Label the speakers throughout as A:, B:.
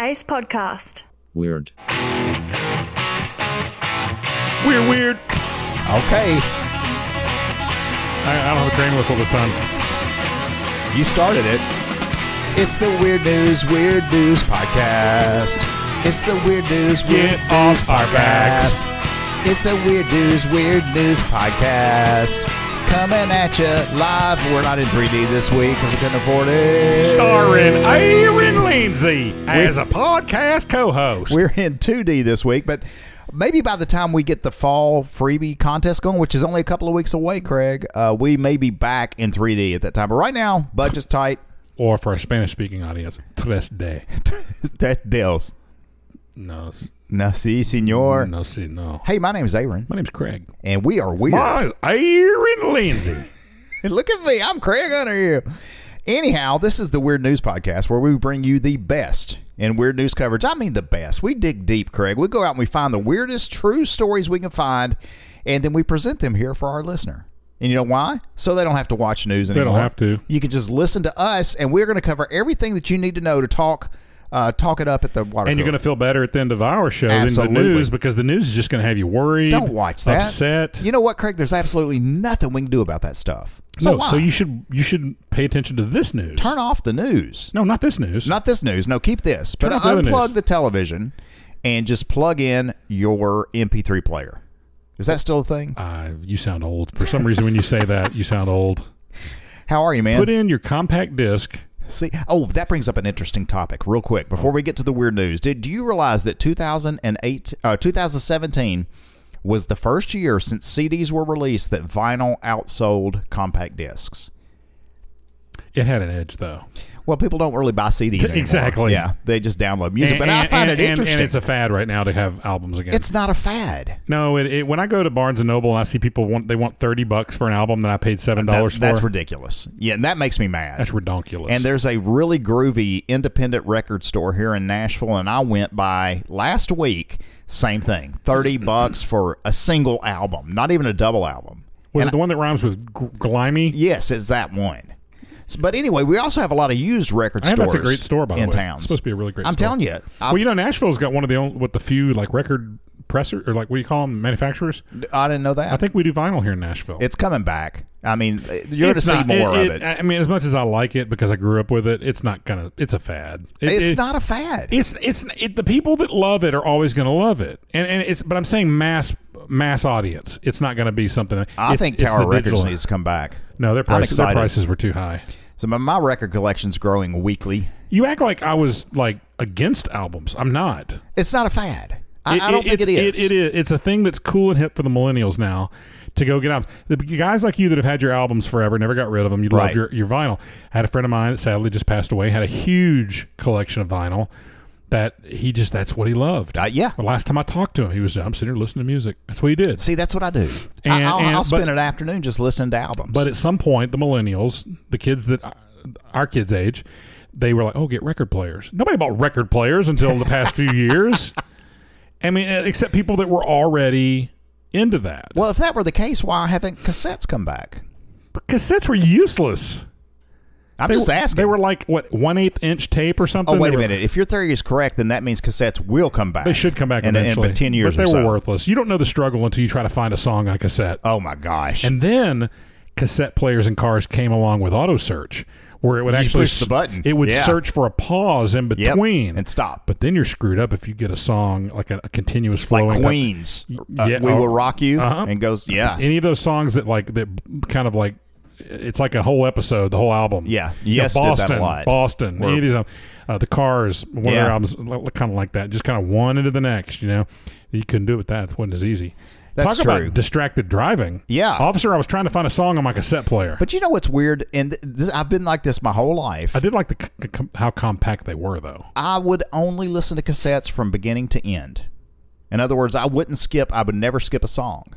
A: Ace Podcast.
B: Weird.
C: We're weird.
D: Okay,
C: I, I don't have a train whistle this time.
D: you started it. It's the Weird News, Weird News podcast. It's the Weird News, Weird
C: Get off our backs.
D: podcast. It's the Weird News, Weird News podcast. Coming at you live. We're not in 3D this week because we couldn't afford it.
C: Starring Aaron Lindsay as a podcast co-host.
D: We're in 2D this week, but maybe by the time we get the fall freebie contest going, which is only a couple of weeks away, Craig, uh, we may be back in 3D at that time. But right now, budget's tight.
C: Or for a Spanish-speaking audience, tres de.
D: That's deals.
C: No, s-
D: No, si, senor.
C: no, see, no.
D: Hey, my name is Aaron,
C: My name's Craig.
D: and we are weird.
C: My Aaron Lindsay.
D: Look at me, I'm Craig Hunter here. Anyhow, this is the Weird News Podcast where we bring you the best in weird news coverage. I mean, the best. We dig deep, Craig. We go out and we find the weirdest true stories we can find, and then we present them here for our listener. And you know why? So they don't have to watch news
C: don't
D: anymore.
C: have to.
D: You can just listen to us, and we're going to cover everything that you need to know to talk, uh, talk it up at the water.
C: And you're going to feel better at the end of our show
D: Absolutely.
C: than the news because the news is just going to have you worried.
D: don't watch that.
C: Upset.
D: You know what, Craig? There's absolutely nothing we can do about that stuff. So
C: no,
D: why?
C: so you should you should pay attention to this news.
D: turn off the news.
C: no, not this news.
D: Not this news. No, keep this. But
C: Turn off the other
D: unplug
C: news.
D: the television and just plug in your MP3 player. Is that still a thing?
C: Uh, you sound old. For some reason, when you say that, you sound old.
D: How are you, man?
C: Put in your compact disc.
D: See, oh, that brings up an interesting topic, real quick. Before we get to the weird news, did do you realize that 2008, uh, 2017 was the first year since CDs were released that vinyl outsold compact discs?
C: It had an edge, though.
D: Well, people don't really buy CDs anymore.
C: Exactly.
D: Yeah, they just download music. but I find
C: and-
D: it
C: and-
D: interesting.
C: And it's a fad right now to have albums again.
D: it's not a fad.
C: no, it, it, when I go to Barnes and Noble and I see people want they want thirty bucks for an album that I paid seven
D: That-
C: dollars for,
D: that's ridiculous. Yeah, and that makes me mad.
C: that's ridiculous.
D: And there's a really groovy independent record store here in Nashville, and I went by last week. Same thing, thirty bucks for a single album, not even a double album.
C: was
D: and
C: it the one that rhymes with gr- Glimey?
D: Yes, it's that one. S- But anyway, we also have a lot of used record
C: I heard
D: stores.
C: that's a great store, by the
D: in
C: way.
D: towns.
C: It's supposed to be a really great
D: I'm
C: store.
D: telling you, I,
C: well, you know, Nashville's got one of the only, what the few like record presser or like what do you call them manufacturers.
D: I didn't know that.
C: I think we do vinyl here in Nashville.
D: it's coming back. I mean, uh, you're going to
C: It's
D: see
C: not- uh,
D: more of it.
C: I I mean, as much as I like it because I grew up with it, it's not gonna. It's a fad. It-
D: it's
C: it-
D: not a fad.
C: It's it's it, the people that love it are always going to love it, and and it's but I'm saying mass mass audience. It's not going to be something. That,
D: I
C: it's-
D: think
C: it's
D: Tower
C: the
D: Records
C: digital-
D: needs to come back.
C: No, their
D: I'm
C: prices their
D: excited.
C: prices were too high.
D: So my, my record collection's growing weekly.
C: You act like I was like against albums. I'm not.
D: It's not a fad. I, I don't think
C: it's,
D: it is.
C: It, it is. It's a thing that's cool and hip for the millennials now to go get albums. The guys like you that have had your albums forever, never got rid of them. You
D: Right.
C: loved your, your vinyl. I had a friend of mine that sadly just passed away. Had a huge collection of vinyl that he just that's what he loved.
D: Uh, yeah.
C: The last time I talked to him, he was I'm sitting here listening to music. That's what he did.
D: See, that's what I do. I,
C: And-
D: I'll,
C: and-
D: I'll spend
C: but-
D: an afternoon just listening to albums.
C: But at some point, the millennials, the kids that uh, our kids' age, they were like, "Oh, get record players." Nobody bought record players until the past few years. I mean, e, except people that were already into that.
D: well, if that were the case, why haven't cassettes come back?
C: cassettes were useless.
D: I'm
C: They
D: just
C: were,
D: asking.
C: They were like what one eighth inch tape or something.
D: oh, wait
C: They
D: a
C: were-
D: minute. If your theory is correct, then that means cassettes will come back.
C: They should come back
D: in, in
C: eventually.
D: about ten years.
C: but they
D: or
C: were
D: so.
C: worthless. You don't know the struggle until you try to find a song on a cassette.
D: Oh my gosh!
C: And then cassette players and cars came along with auto search, where it would actually
D: push the button.
C: It would
D: Yeah.
C: search for a pause in
D: Yep.
C: between
D: and stop.
C: But then you're screwed up if you get a song like a, a continuous flowing
D: Like
C: type-
D: Queens,
C: Y-
D: uh,
C: yeah,
D: we
C: oh,
D: will rock you,
C: uh-huh.
D: and goes yeah,
C: Any of those songs that like that kind of like it's like a whole episode, the whole album.
D: Yeah.
C: You know,
D: Yes did that a
C: Boston,
D: lot.
C: Boston.
D: Or-
C: any of these, um, uh, the Cars, one of
D: Yeah.
C: their albums, kind of like that, just kind of one into the next. You know, you couldn't do it with that. It wasn't as easy.
D: That's
C: Talk
D: true.
C: about distracted driving.
D: Yeah.
C: officer, I was trying to find a song on my cassette player.
D: But you know what's weird? And th- this, I've been like this my whole life.
C: I did like the c- c- com- how compact they were, though.
D: I would only listen to cassettes from beginning to end. In other words, I wouldn't skip. I would never skip a song.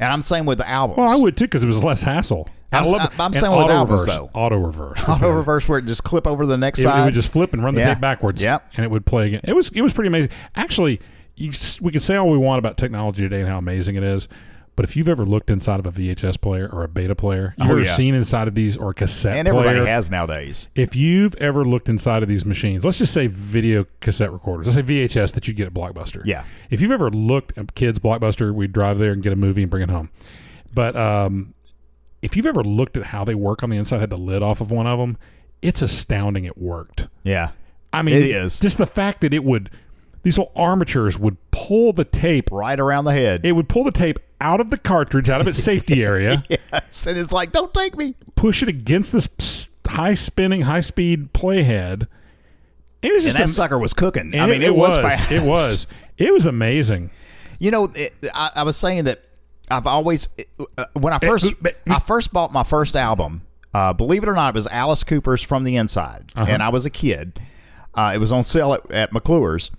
D: And I'm saying with the albums.
C: Well, I would too because it was less hassle.
D: I'm
C: I
D: s- uh,
C: love
D: I'm
C: and
D: saying with
C: auto
D: albums,
C: reverse,
D: though.
C: Auto reverse. was
D: Auto
C: the-
D: reverse where it just clip over to the next
C: It,
D: side.
C: it would just flip and run the
D: Yeah.
C: tape backwards.
D: Yep.
C: And it would play again. It was it was pretty amazing. Actually, you, s- we can say all we want about technology today and how amazing it is, But if you've ever looked inside of a VHS player or a beta player, you've
D: Oh,
C: ever
D: yeah.
C: seen inside of these or a cassette
D: and everybody
C: player,
D: has nowadays.
C: if you've ever looked inside of these machines, let's just say video cassette recorders, let's say VHS that you get at Blockbuster.
D: Yeah.
C: If you've ever looked at kids Blockbuster, we'd drive there and get a movie and bring it home. But um, if you've ever looked at how they work on the inside, had the lid off of one of them, it's astounding it worked.
D: Yeah.
C: I mean,
D: It is.
C: just the fact that it would, these little armatures would pull the tape,
D: Right around the head.
C: it would pull the tape out of the cartridge, out of its safety area,
D: yes. And it's like, don't take me.
C: push it against this s- high spinning, high speed playhead. It was
D: And
C: just
D: that
C: am-
D: sucker was cooking. I
C: and
D: mean, it, was. fast.
C: It was. It was amazing.
D: You know, it, I, I was saying that I've always uh, when I
C: Eh,
D: first I first bought my first album. Uh, believe it or not, it was Alice Cooper's "From the Inside,"
C: Uh-huh.
D: and I was a kid. Uh, it was on sale at, at McClure's.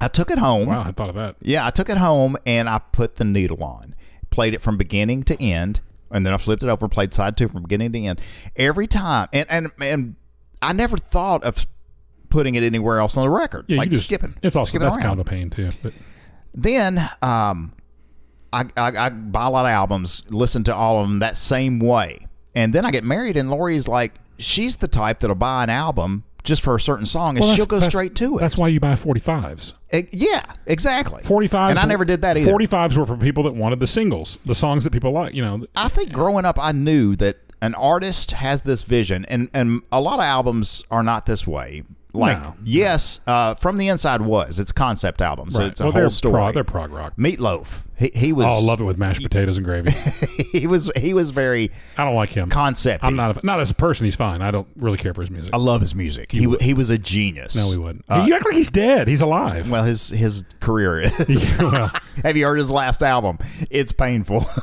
D: I took it home.
C: Wow, I thought of that.
D: Yeah, I took it home and I put the needle on, played it from beginning to end, and then I flipped it over and played side two from beginning to end every time. And and and I never thought of putting it anywhere else on the record,
C: Yeah,
D: like
C: you just,
D: skipping.
C: It's also
D: skipping
C: that's
D: around
C: kind of a pain too. But
D: then um, I, I, I buy a lot of albums, listen to all of them that same way, and then I get married, and Lori's like, she's the type that'll buy an album just for a certain song, and
C: Well,
D: she'll
C: that's-
D: go
C: that's-
D: straight to it.
C: That's why you buy forty fives.
D: It- Yeah, exactly.
C: Forty fives,
D: and I never did that either.
C: Forty fives were for people that wanted the singles, the songs that people like. You know,
D: I think growing up, I knew that an artist has this vision, and and a lot of albums are not this way. Like,
C: No.
D: yes, uh, from the inside was it's a concept album, so
C: Right.
D: it's a
C: Well, they're
D: whole story.
C: Prog, they're prog rock.
D: Meatloaf, he, he was.
C: Oh, I love it with mashed potatoes and gravy.
D: He was he was very
C: I don't like him.
D: concept.
C: I'm not a, not as a person. He's fine. I don't really care for his music.
D: I love his music. He, wa- he was a genius.
C: no, he wouldn't. you act like he's dead. He's alive.
D: Uh, Well, his his career is.
C: Well,
D: Have you heard his last album? It's painful.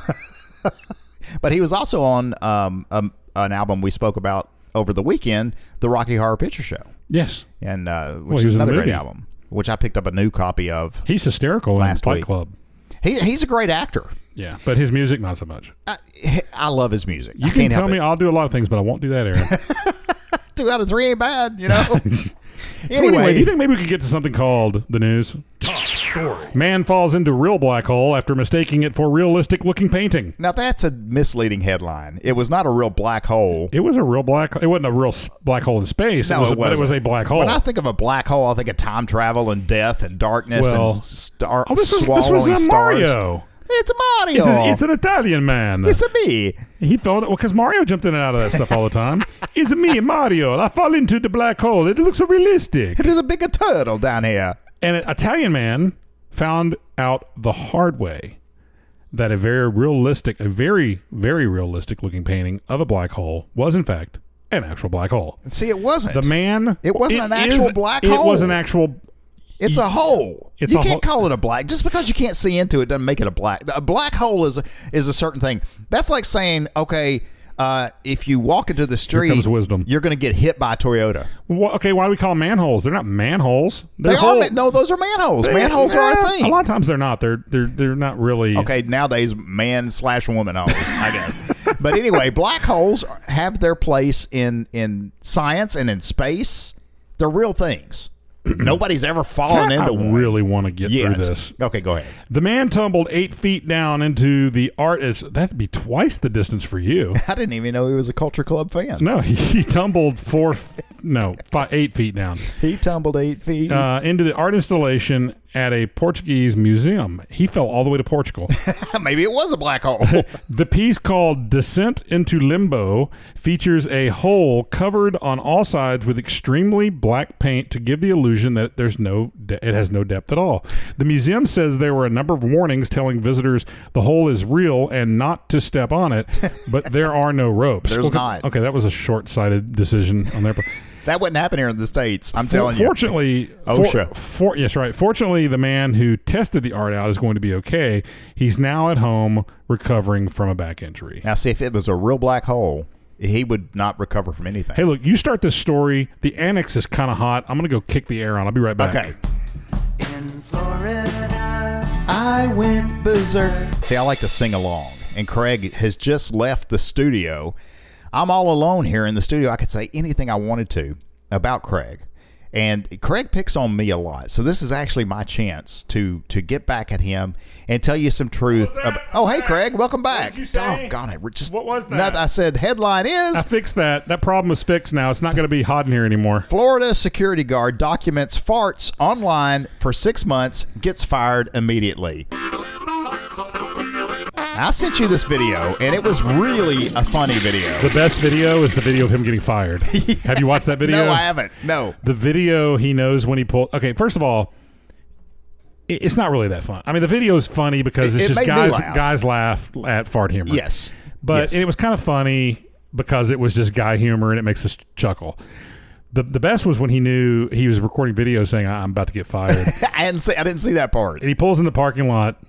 D: but he was also on um, um an album we spoke about over the weekend, the Rocky Horror Picture Show,
C: yes,
D: and uh, which
C: Well, he was
D: is
C: in the
D: another great
C: movie.
D: album, which I picked up a new copy of.
C: he's hysterical in
D: Last
C: Fight
D: week.
C: Club.
D: He, he's a great actor.
C: Yeah, but his music not so much.
D: I, I love his music.
C: You
D: I
C: can
D: can't
C: tell
D: help
C: me
D: it.
C: I'll do a lot of things, but I won't do that, Aaron.
D: two out of three ain't bad, you know.
C: So anyway, do you think maybe we could get to something called the news? Top story. Man falls into real black hole after mistaking it for realistic looking painting.
D: now that's a misleading headline. It was not a real black hole.
C: It was a real black. It wasn't a real s- black hole in space.
D: No,
C: it was,
D: it
C: but it was a
D: wasn't.
C: black hole.
D: When I think of a black hole, I think of time travel and death and darkness
C: Well-
D: and star
C: oh, this was this
D: swallowing
C: was a
D: stars.
C: Mario.
D: It's a Mario.
C: It's, a- it's an Italian man.
D: It's a me.
C: he fell well because Mario jumped in and out of that stuff all the time. it's me, Mario. I fall into the black hole. It looks so realistic.
D: There's a bigger turtle down here.
C: An Italian man found out the hard way that a very realistic, a very, very realistic looking painting of a black hole was, in fact, an actual black hole.
D: See, it wasn't.
C: The man.
D: It wasn't an actual black hole.
C: It was an actual.
D: it's a hole.
C: It's
D: you
C: a
D: can't
C: hole.
D: call it a black. Just because you can't see into it doesn't make it a black. A black hole is is a certain thing. That's like saying, okay, uh, if you walk into the street,
C: comes wisdom.
D: you're going to get hit by a Toyota.
C: Wha okay, why do we call them manholes? They're not manholes. They're
D: They
C: hole-
D: are, ma- no, those are manholes.
C: they-
D: Manholes are a
C: nah,
D: thing.
C: A lot of times they're not. They're they're they're not really.
D: Okay, nowadays man slash woman holes, I guess. but anyway, black holes are- have their place in in science and in space. They're real things. Nobody's ever fallen
C: I
D: into one
C: really want to get
D: yet.
C: through this.
D: Okay, go ahead.
C: The man tumbled eight feet down into the art. it's- That'd be twice the distance for you.
D: I didn't even know he was a Culture Club fan.
C: No, he, he tumbled four, f- no, five, eight feet down
D: He tumbled eight feet.
C: uh, into the art installation at a Portuguese museum. He fell all the way to Portugal.
D: Maybe it was a black hole.
C: the piece called Descent into Limbo features a hole covered on all sides with extremely black paint to give the illusion that there's no de- it has no depth at all. The museum says there were a number of warnings telling visitors the hole is real and not to step on it, but there are no ropes.
D: There's
C: okay,
D: not.
C: Okay, that was a short-sighted decision on their part.
D: that wouldn't happen here in the states. I'm
C: For-
D: telling you.
C: fortunately,
D: OSHA.
C: For, for, yes, right. Fortunately, the man who tested the art out is going to be okay. He's now at home recovering from a back injury.
D: Now, see if it was a real black hole, he would not recover from anything.
C: Hey, look, you start this story. The annex is kind of hot. I'm going to go kick the air on. I'll be right back.
D: okay.
A: In Florida,
D: I went berserk. See, I like to sing along, and Craig has just left the studio. I'm all alone here in the studio. I could say anything I wanted to about Craig, And Craig picks on me a lot, so this is actually my chance to to get back at him and tell you some truth.
C: that?
D: About, oh, hey, Craig, welcome back.
C: did you say?
D: Doggone it, we're just
C: What was that?
D: Nothing. I said headline is
C: I fixed that. That problem is fixed now. It's not going to be hot in here anymore.
D: Florida security guard documents farts online for six months, gets fired immediately. I sent you this video, and it was really a funny video.
C: The best video is the video of him getting fired. Have you watched that video?
D: No, I haven't. No.
C: The video he knows when he pulled. Okay, first of all, it- it's not really that fun. I mean, the video is funny because
D: It-
C: it's
D: it
C: just
D: made me
C: guys
D: laugh.
C: guys laugh at fart humor.
D: Yes.
C: but
D: Yes.
C: it was kind of funny because it was just guy humor and it makes us chuckle. The, the best was when he knew he was recording video saying I'm about to get fired.
D: I didn't see. I didn't see that part.
C: and he pulls in the parking lot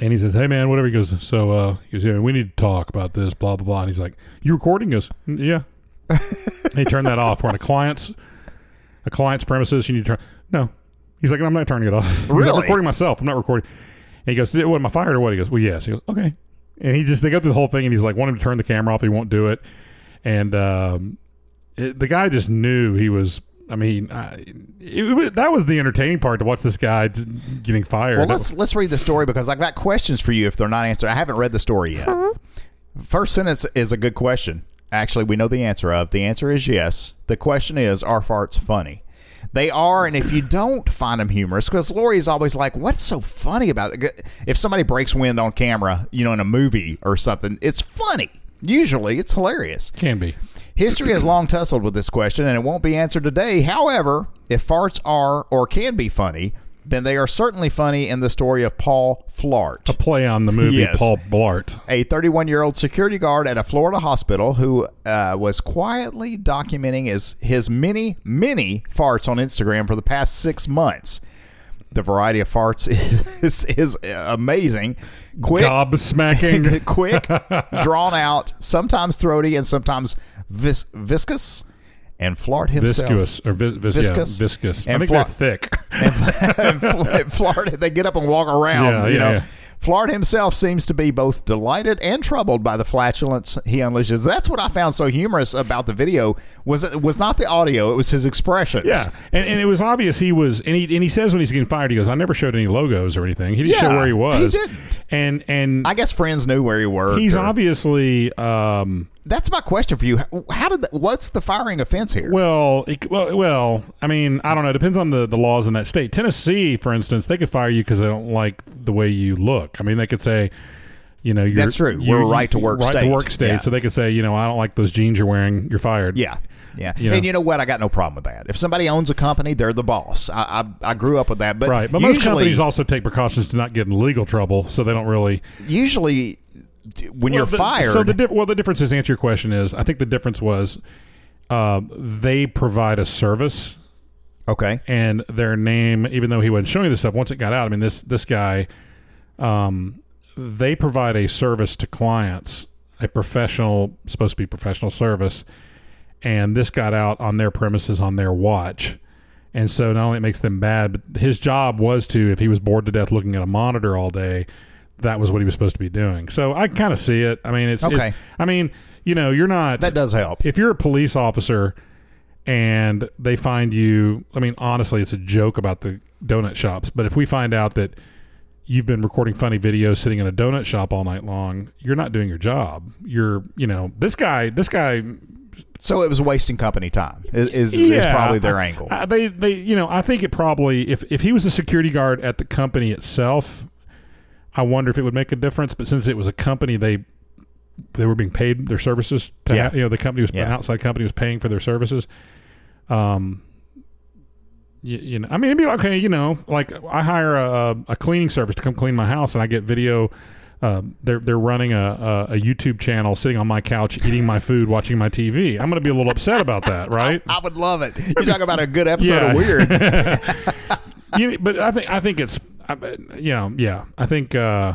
C: and he says, Hey man, whatever. He goes, So uh he goes, Yeah, we need to talk about this, blah blah blah. And he's like, You recording us? "Mm, Yeah. and he turned that off. We're on a client's a client's premises, you need to turn No. He's like, I'm not turning it off. He's like,
D: Really?
C: I'm recording myself. I'm not recording. And he goes, What am I fired or what? He goes, Well yes. He goes, Okay. And he just they go through the whole thing and he's like, want him to turn the camera off, he won't do it. And um it, the guy just knew he was. I mean, I, it, it- that was the entertaining part to watch this guy d- getting fired.
D: Well, let's let's read the story because I've got questions for you if they're not answered. I haven't read the story yet. First sentence is a good question. Actually, we know the answer of. The answer is yes. The question is, are farts funny? They are, and if you don't find them humorous, because Lori's always like, "What's so funny about it?" If somebody breaks wind on camera, you know, in a movie or something, it's funny. Usually, it's hilarious.
C: can be.
D: History has long tussled with this question, and it won't be answered today. However, if farts are or can be funny, then they are certainly funny in the story of Paul Flart,
C: Play on the movie
D: Yes.
C: Paul Blart.
D: a 31 year old security guard at a Florida hospital who uh, was quietly documenting his, his many, many farts on Instagram for the past six months. The variety of farts is, is uh, amazing. Quick,
C: Gob smacking.
D: quick, drawn out, sometimes throaty, and sometimes vis- viscous. And Flart himself.
C: viscous. Or vi- vis-
D: Viscous.
C: Yeah, viscous. I
D: And
C: think
D: fla-
C: they're thick.
D: and, Fl- and Flart, they get up and walk around.
C: Yeah,
D: you
C: yeah,
D: know,
C: yeah.
D: Flart himself seems to be both delighted and troubled by the flatulence he unleashes. That's what I found so humorous about the video was it was not the audio; it was his expressions.
C: yeah. And, and it was obvious he was, and he, and he says when he's getting fired, he goes, I never showed any logos or anything. He didn't
D: Yeah,
C: show where
D: he
C: he was.
D: didn't.
C: And, and
D: I guess friends knew where he were.
C: he's
D: or-
C: obviously, um,
D: That's my question for you. How did? The, what's the firing offense here?
C: Well, it, well, well. I mean, I don't know. It depends on the, the laws in that state. Tennessee, for instance, they could fire you because they don't like the way you look. I mean, they could say, you know, you're,
D: That's true.
C: you-
D: We're a
C: you-
D: right-to-work
C: right
D: state.
C: to work state.
D: Yeah.
C: So they could say, you know, I don't like those jeans you're wearing. You're fired.
D: Yeah. Yeah.
C: You know.
D: And you know what? I got no problem with that. If somebody owns a company, they're the boss. I I, I grew up with that. But,
C: Right, but most
D: usually,
C: companies also take precautions to not get in legal trouble, so they don't really.
D: usually when you're
C: Well, the-
D: fired,
C: So the dif- well, the difference is to answer your question is I think the difference was uh, they provide a service
D: okay.
C: and their name, even though he wasn't showing this stuff, once it got out, I mean this this guy, um, they provide a service to clients, a professional supposed to be professional service, and this got out on their premises on their watch. And so not only it makes them bad, but his job was to, if he was bored to death looking at a monitor all day, that was what he was supposed to be doing. So I kind of see it. I mean, it's, it's-
D: Okay.
C: I mean, you know, you're not
D: That does help.
C: if you're a police officer and they find you i mean honestly it's a joke about the donut shops but if we find out that you've been recording funny videos sitting in a donut shop all night long you're not doing your job you're you know this guy this guy
D: So it was wasting company time. Is is, is
C: yeah,
D: probably their
C: I-
D: angle.
C: I- they they you know i think it probably if if he was a security guard at the company itself i wonder if it would make a difference but since it was a company they they were being paid their services to
D: Yeah.
C: ha- you know the company was
D: Yeah.
C: an outside company was paying for their services um you, you know i mean it'd be like, okay you know like i hire a, a- a cleaning service to come clean my house and i get video um, they're they're running a, a, a YouTube channel, sitting on my couch, eating my food, watching my TV. I'm going to be a little upset about that, right?
D: I would love it. You talk about a good episode of
C: Yeah.
D: Weird.
C: you, but I think I think it's I, you know yeah I think uh,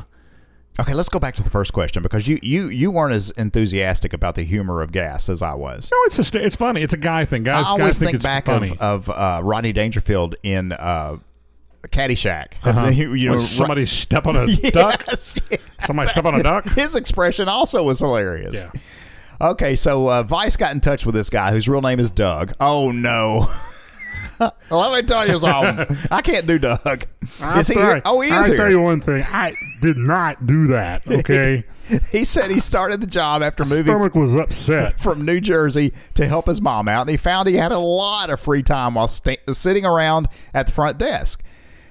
D: Okay, let's go back to the first question because you you you weren't as enthusiastic about the humor of gas as I was.
C: no it's just it's funny it's a guy thing guys
D: I always
C: guys think,
D: think
C: it's
D: back
C: funny
D: of of uh, Rodney Dangerfield in uh, Caddyshack.
C: Uh-huh.
D: You, you
C: When
D: know,
C: somebody step on a duck
D: Yes,
C: somebody step on a duck
D: His expression also was hilarious.
C: yeah
D: Okay, so uh, Vice got in touch with this guy whose real name is Doug. Oh no. Let me tell you something. I can't do Doug. Is he
C: I'll
D: here?
C: tell-
D: Oh, he
C: I'll
D: is
C: tell you
D: here.
C: one thing. I did not do that. Okay,
D: He said he started the job after moving
C: stomach was upset.
D: from New Jersey to help his mom out, and he found he had a lot of free time while sta- sitting around at the front desk.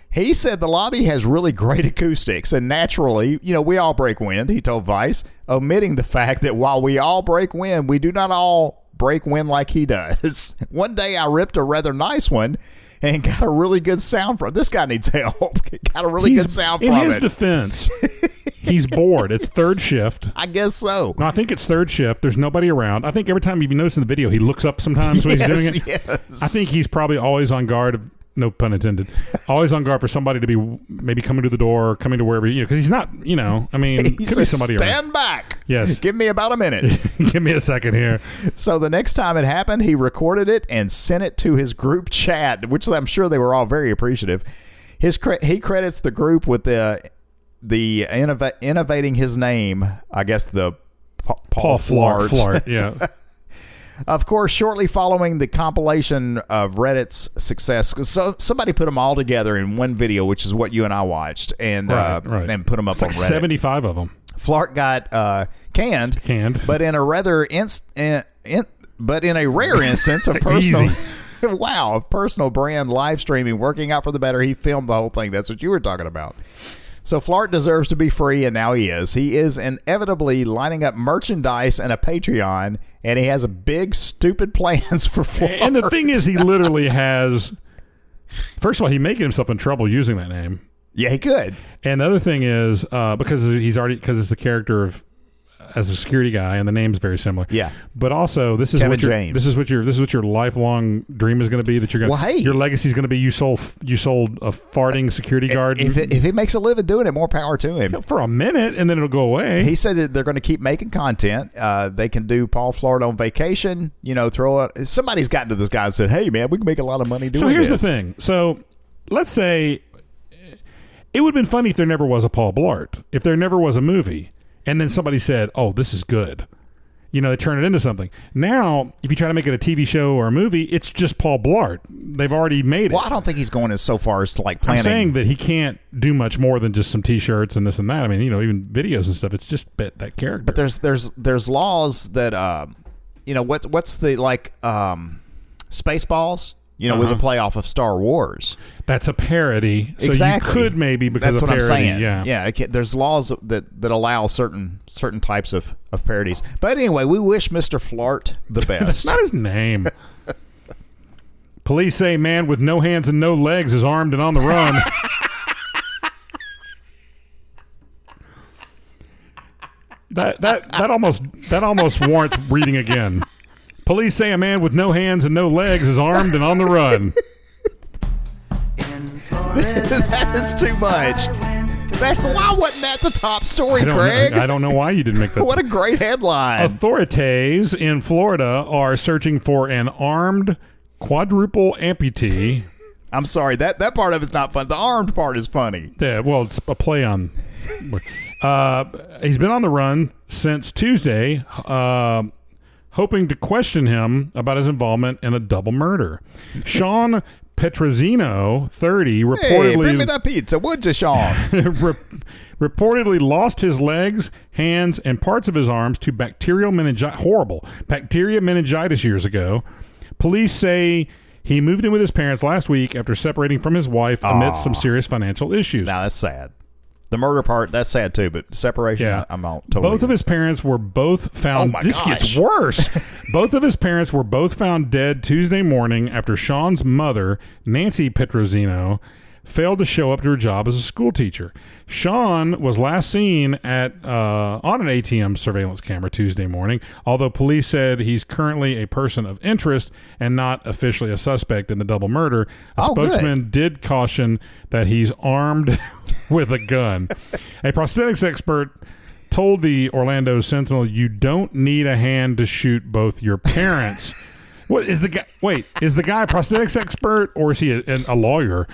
D: He said the lobby has really great acoustics, and naturally, you know, we all break wind, he told Vice, omitting the fact that while we all break wind, we do not all break wind like he does. one day I ripped a rather nice one and got a really good sound from This guy needs help. got a really good sound
C: in
D: from
C: his
D: it.
C: defense, he's bored. It's third shift.
D: I guess so.
C: No, I think it's third shift. There's nobody around. I think every time you notice in the video, he looks up sometimes when he's doing it.
D: yes.
C: I think he's probably always on guard. No pun intended. Always on guard for somebody to be maybe coming to the door, or coming to wherever you know, because he's not. You know, I mean,
D: He
C: could be
D: says,
C: somebody around.
D: Stand back.
C: Yes.
D: Give me about a minute.
C: Give me a second here.
D: so the next time it happened, he recorded it and sent it to his group chat, which I'm sure they were all very appreciative. His cre- he credits the group with the the innova- innovating his name. I guess the Pa- Paul, Flart.
C: Flart. Yeah.
D: Of course, shortly following the compilation of Reddit's success, 'cause so somebody put them all together in one video, which is what you and I watched, and uh,
C: Right, right.
D: and put them up
C: It's like
D: on Reddit.
C: 75 of them.
D: Flart got uh, canned,
C: Canned.
D: but in a rather inst- in, in, but in a rare instance of personal,
C: Easy.
D: wow, of personal brand live streaming working out for the better. He filmed the whole thing. That's what you were talking about. So Flart deserves to be free, and now he is. He is inevitably lining up merchandise and a Patreon, and he has a big stupid plans for Flart.
C: And the thing is, he literally has. First of all, he making himself in trouble using that name.
D: yeah, he could.
C: And the other thing is uh, because he's already because it's the character of as a security guy, and the name's very similar.
D: Yeah.
C: But also, this is
D: Kevin
C: what your,
D: James.
C: This is what your this is what your lifelong dream is going to be. That you're going.
D: Well, hey.
C: your legacy is going to be you sold you sold a farting security guard
D: If it, if he makes a living doing it, more power to him.
C: for a minute, and then it'll go away.
D: He said that they're going to keep making content. Uh, they can do Paul Florida on vacation. You know, throw it. Somebody's gotten to this guy and said, "Hey, man, we can make a lot of money doing
C: so here's
D: this."
C: the thing. So let's say it would have been funny if there never was a Paul Blart, if there never was a movie, and then somebody said, "Oh, this is good." You know, they turn it into something. Now, if you try to make it a TV show or a movie, it's just Paul Blart. They've already made it.
D: Well, I don't think he's going as so far as to like
C: I'm
D: planning.
C: saying that he can't do much more than just some T-shirts and this and that. I mean, you know, even videos and stuff. It's just that, that character.
D: but there's there's there's laws that uh, you know what's what's the like um, Spaceballs. You know, was a
C: Uh-huh.
D: playoff of Star Wars.
C: That's a parody. So
D: exactly.
C: you could maybe because
D: that's
C: of
D: what
C: parody.
D: I'm saying.
C: Yeah.
D: yeah. I can't- there's laws that that allow certain certain types of of parodies. But anyway, we wish Mr. Flart the best.
C: That's not his name. Police say man with no hands and no legs is armed and on the run. that that that almost that almost warrants reading again. Police say a man with no hands and no legs is armed and on the run.
A: In Florida,
D: that is too much. That, why wasn't that the top story,
C: I don't,
D: Craig?
C: know, I don't know why you didn't make that.
D: what a great headline.
C: Authorities in Florida are searching for an armed quadruple amputee.
D: I'm sorry, that, that part of it's not fun. The armed part is funny.
C: Yeah, well, it's a play on. uh, he's been on the run since Tuesday, uh, hoping to question him about his involvement in a double murder. Sean Petrozino, 30,
D: Hey, bring me
C: reportedly
D: that pizza, would you, Sean?
C: re- reportedly lost his legs, hands, and parts of his arms to bacterial meningitis. Horrible bacteria meningitis years ago. Police say. He moved in with his parents last week after separating from his wife amidst some serious financial issues.
D: now, that's sad. The murder part, that's sad too, but separation,
C: Yeah.
D: I'm all totally.
C: Both of his parents were both found.
D: Oh my
C: this
D: gosh.
C: gets worse. both of his parents were both found dead Tuesday morning after Sean's mother, Nancy Petrozino, failed to show up to her job as a school teacher. Sean was last seen at uh, on an ATM surveillance camera Tuesday morning, although police said he's currently a person of interest and not officially a suspect in the double murder. A
D: Oh, good.
C: spokesman did caution that he's armed with a gun. a prosthetics expert told the Orlando Sentinel, "You don't need a hand to shoot both your parents." what is the guy? Wait, is the guy a prosthetics expert or is he a, an- a lawyer?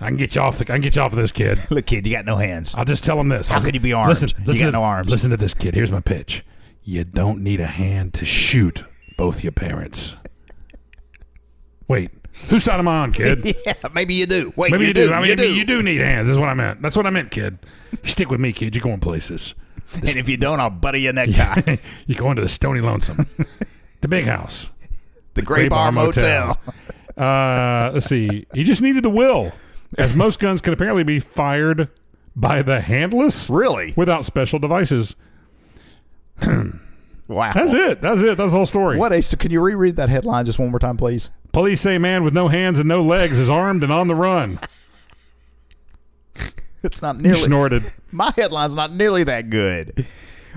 C: I can get you off. The, I can get you off of this kid.
D: Look, kid, you got no hands.
C: I'll just tell him this. How
D: could you be armed?
C: Listen,
D: You
C: listen
D: got
C: to-
D: no arms.
C: Listen to this, kid. Here's my pitch. You don't need a hand to shoot both your parents. Wait, Whose side am I on, kid?
D: yeah, maybe you do. Wait,
C: Maybe you, do. I mean,
D: you
C: maybe
D: do.
C: you do need hands. That's what I meant. That's what I meant, kid. You stick with me, kid. You're going places.
D: And if you don't, I'll butter your necktie.
C: You're going to the Stony Lonesome, the big house,
D: the Gray Bar Motel.
C: Motel. Uh, let's see. He just needed the will, as most guns can apparently be fired by the handless
D: Really?
C: without special devices.
D: Wow.
C: That's it. That's it. That's the whole story.
D: What a. So can you reread that headline just one more time, please?
C: Police say man with no hands and no legs is armed and on the run.
D: It's not
C: You
D: nearly.
C: snorted.
D: My headline's not nearly that good.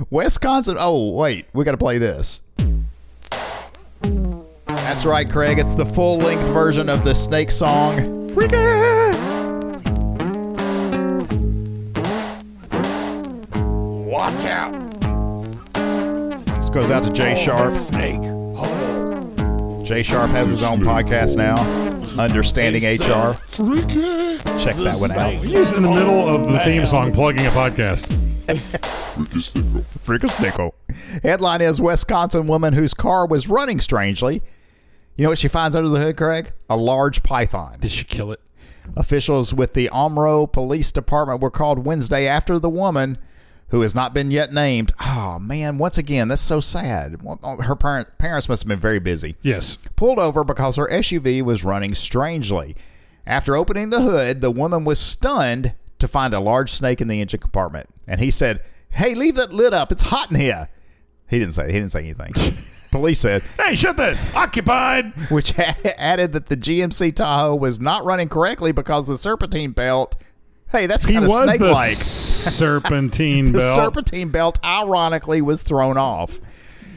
D: Wisconsin. Oh, wait. We got to play this. That's right, Craig. It's the full length version of the snake song.
B: Watch out,
D: This goes out to Jay Sharp.
B: snake. Hole.
D: Jay Sharp has his own podcast now, Understanding HR. Check that one out.
C: He's in the middle of the theme song plugging a podcast.
D: Freaking snickle. Headline is Wisconsin woman whose car was running strangely. You know what she finds under the hood, Craig? A large python.
C: Did she kill it?
D: Officials with the Omro Police Department were called Wednesday after the woman, who has not been yet named. Oh, man, once again, that's so sad. oh, Her parent, parents must have been very busy.
C: Yes.
D: Pulled over because her SUV was running strangely. After opening the hood, the woman was stunned to find a large snake in the engine compartment. And he said, Hey, leave that lid up. It's hot in here. He didn't say he didn't say anything. Police said,
C: Hey, shut that! Occupied.
D: which added that the GMC Tahoe was not running correctly because the serpentine belt. Hey, that's
C: He
D: kind of
C: was
D: snake
C: the
D: like.
C: serpentine
D: The
C: belt.
D: serpentine belt, ironically, was thrown off.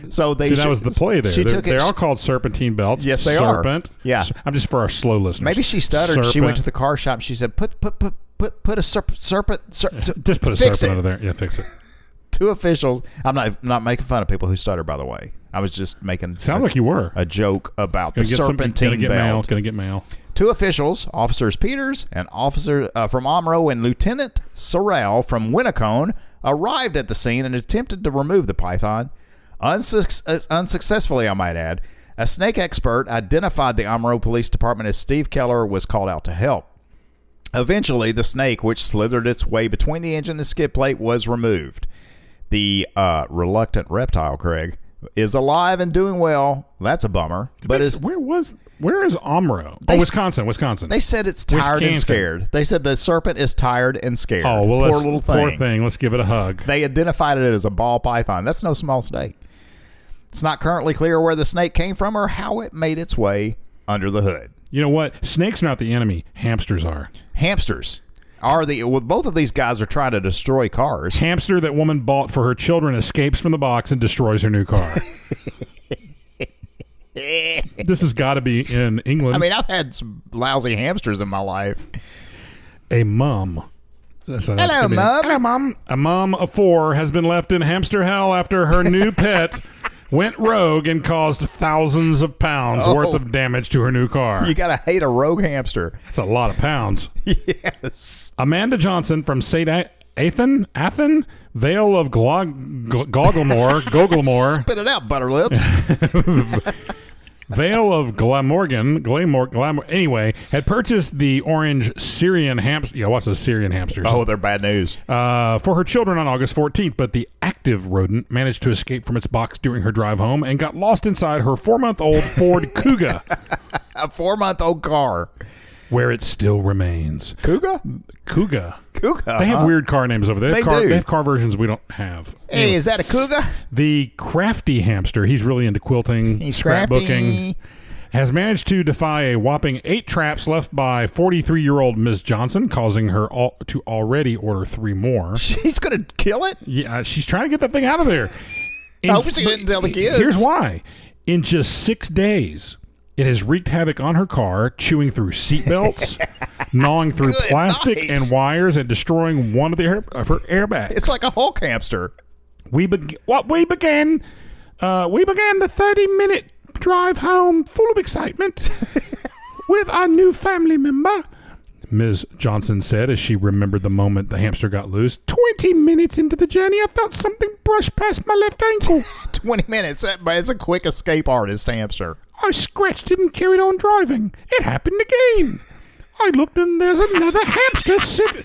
D: So they
C: See,
D: sh-
C: that was the play there.
D: She
C: They're,
D: took
C: they're
D: it.
C: all called serpentine belts.
D: Yes, they are.
C: Serpent.
D: Yeah.
C: S- I'm just for our slow listeners.
D: maybe she stuttered. She went to the
C: Serpent.
D: car shop. And she said, "Put put put put put a serp- serpent serpent."
C: Just put a
D: fix
C: serpent
D: it.
C: under there. Yeah, fix it.
D: Two officials. I'm not I'm not making fun of people who stutter. By the way, I was just making
C: Sounds
D: a,
C: like you were.
D: a joke about the
C: Gonna get some-
D: serpentine
C: gonna get
D: belt.
C: mail. Gonna get mail.
D: Two officials, officers Peters and officer uh, from Omro and Lieutenant Sorrell from Winnicone, arrived at the scene and attempted to remove the python, Unsuc- uh, unsuccessfully, I might add. A snake expert identified the Omro Police Department as Steve Keller was called out to help. Eventually, the snake, which slithered its way between the engine and skid plate, was removed. The uh, reluctant reptile, Craig, is alive and doing well. That's a bummer, but
C: This-
D: it's
C: where was? Where is Omro? Oh,
D: s-
C: Wisconsin. Wisconsin.
D: they said it's tired and
C: Wisconsin.
D: scared. They said the serpent is tired and scared.
C: oh well,
D: poor
C: that's-
D: little thing.
C: Poor thing. Let's give it a hug.
D: They identified it as a ball python. That's no small snake. It's not currently clear where the snake came from or how it made its way under the hood.
C: You know what? Snakes are not the enemy. Hamsters are.
D: Hamsters are the well, both of these guys are trying to destroy cars.
C: Hamster that woman bought for her children escapes from the box and destroys her new car. this has got to be in England.
D: I mean, I've had some lousy hamsters in my life.
C: a mum. So that's
D: Hello,
C: gonna be-
D: mum.
C: Hello, mum. A mom of four has been left in hamster hell after her new pet went rogue and caused thousands of pounds
D: Oh.
C: worth of damage to her new car.
D: You gotta hate a rogue hamster.
C: That's a lot of pounds.
D: yes.
C: Amanda Johnson from St. A- Athen, Athen, Vale of Glog- Gl- Gogglemore, Gogglemore,
D: Spit it out, butterlips.
C: Vale of Glamorgan, Glamor, Glamor. Anyway, had purchased the orange Syrian hamster. Yeah, what's those Syrian hamsters?
D: oh, they're bad news.
C: uh, for her children on August 14th, but the active rodent managed to escape from its box during her drive home and got lost inside her four month old Ford Kuga,
D: A four month old car.
C: where it still remains.
D: Cougar?
C: Kuga.
D: Cougar.
C: They have weird car names over there.
D: Uh-huh. They
C: have car,
D: do.
C: They have car versions we don't have.
D: Hey, is that a cougar?
C: The crafty hamster, he's really into quilting,
D: He's
C: scrapbooking,
D: crafty.
C: has managed to defy a whopping eight traps left by 43 year old Miss Johnson, causing her all, to already order three more.
D: She's gonna kill it.
C: Yeah, uh, she's trying to get that thing out of there. In-
D: I hope she didn't tell the kids.
C: Here's why. In just six days, it has wreaked havoc on her car, chewing through seatbelts, gnawing through
D: Good
C: plastic
D: night.
C: and wires, and destroying one of, the air, of her airbags.
D: It's like a Hulk hamster.
C: we be- what we began, uh, we began the thirty-minute drive home full of excitement with our new family member. Ms. Johnson said as she remembered the moment the hamster got loose. Twenty minutes into the journey, I felt something brush past my left ankle.
D: Twenty minutes, uh, but it's a quick escape artist hamster.
C: I scratched him and carried on driving. It happened again. I looked and there's another hamster sitting.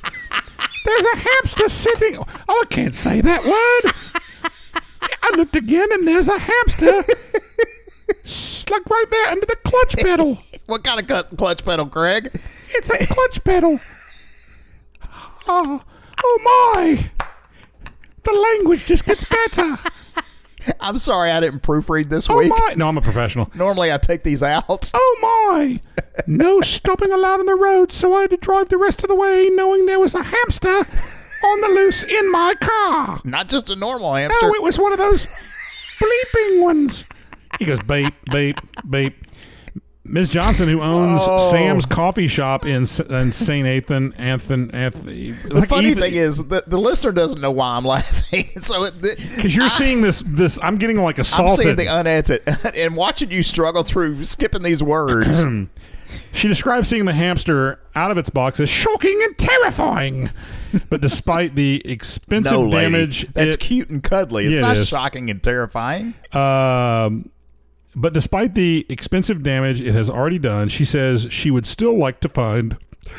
C: There's a hamster sitting. Oh, I can't say that word. I looked again and there's a hamster. s- like right there under the clutch pedal.
D: What kind of cl- clutch pedal, Craig?
C: It's a clutch pedal. Oh, oh my. The language just gets better.
D: I'm sorry I didn't proofread this
C: Oh
D: week.
C: my. No, I'm a professional.
D: Normally I take these out.
C: Oh my! No stopping allowed on the road, so I had to drive the rest of the way knowing there was a hamster on the loose in my car.
D: Not just a normal hamster.
C: Oh, it was one of those bleeping ones. He goes beep, beep, beep. Ms. Johnson, who owns
D: Oh.
C: Sam's coffee shop in S- in St. Ethan, Anthony, Anthony.
D: the funny thing is, the, the listener doesn't know why I'm laughing. So it,
C: because you're seeing this, this I'm getting like
D: I'm seeing
C: assaulted.
D: the unedited and watching you struggle through skipping these words.
C: She describes seeing the hamster out of its box as shocking and terrifying. But despite the expensive
D: no, lady.
C: damage,
D: That's
C: it-
D: cute and cuddly. It's
C: Yeah, it
D: not
C: is.
D: shocking and terrifying.
C: Um, but despite the expensive damage it has already done, she says she would still like to find.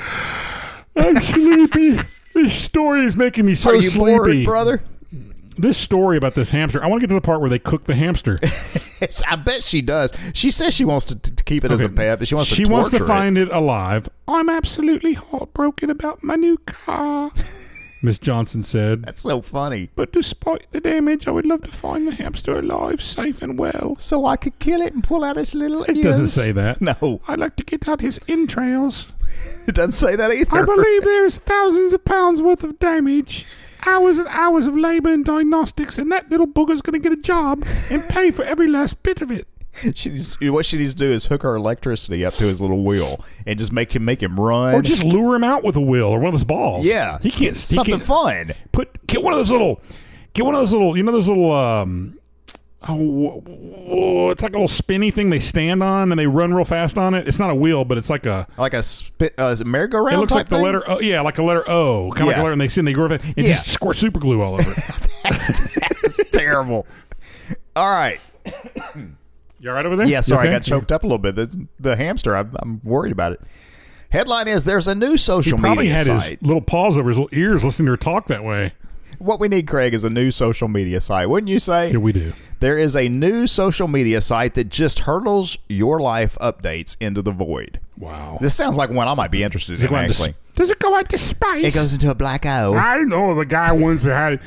C: I'm sleepy. This story is making me so
D: Are you
C: sleepy,
D: bored, brother?
C: This story about this hamster. I want to get to the part where they cook the hamster.
D: I bet she does. She says she wants to, to keep it as a
C: Okay.
D: pet, but she wants to
C: she wants to
D: torture it.
C: find it alive. I'm absolutely heartbroken about my new car, Miss Johnson said.
D: That's so funny.
C: But despite the damage, I would love to find the hamster alive, safe and well.
D: So I could kill it and pull out its little ears.
C: It doesn't say that.
D: No,
C: I'd like to get out his entrails.
D: it doesn't say that either.
C: I believe there is thousands of pounds worth of damage, hours and hours of labor and diagnostics, and that little booger's going to get a job and pay for every last bit of it.
D: She needs, what she needs to do is hook her electricity up to his little wheel and just make him make him run.
C: Or just lure him out with a wheel or one of those balls.
D: yeah,
C: he can't. He
D: something
C: can't
D: fun.
C: put get one of those little, get one of those little. You know those little. um Oh, wh- wh- it's like a little spinny thing they stand on and they run real fast on it. It's not a wheel, but it's like a.
D: Like a spit, uh, merry-go-round.
C: It looks like
D: type
C: the
D: thing?
C: letter O. Yeah, like a letter O, kind of like a
D: Yeah.
C: letter, and they see and they grow it and
D: Yeah.
C: just squirt super glue all over it.
D: That's terrible. All right.
C: You all right over there?
D: Yeah,
C: You
D: sorry,
C: okay?
D: I got choked up a little bit. The, the hamster, I'm, I'm worried about it. Headline is: There's a new social
C: probably
D: media
C: had
D: site.
C: his little paws over his little ears listening to her talk that way.
D: What we need, Craig, is a new social media site. Wouldn't you say?
C: Yeah, we do.
D: There is a new social media site that just hurdles your life updates into the void.
C: Wow.
D: This sounds like one I might be interested in, actually.
C: does it go out to space?
D: into a black hole.
C: I know of a guy once that had.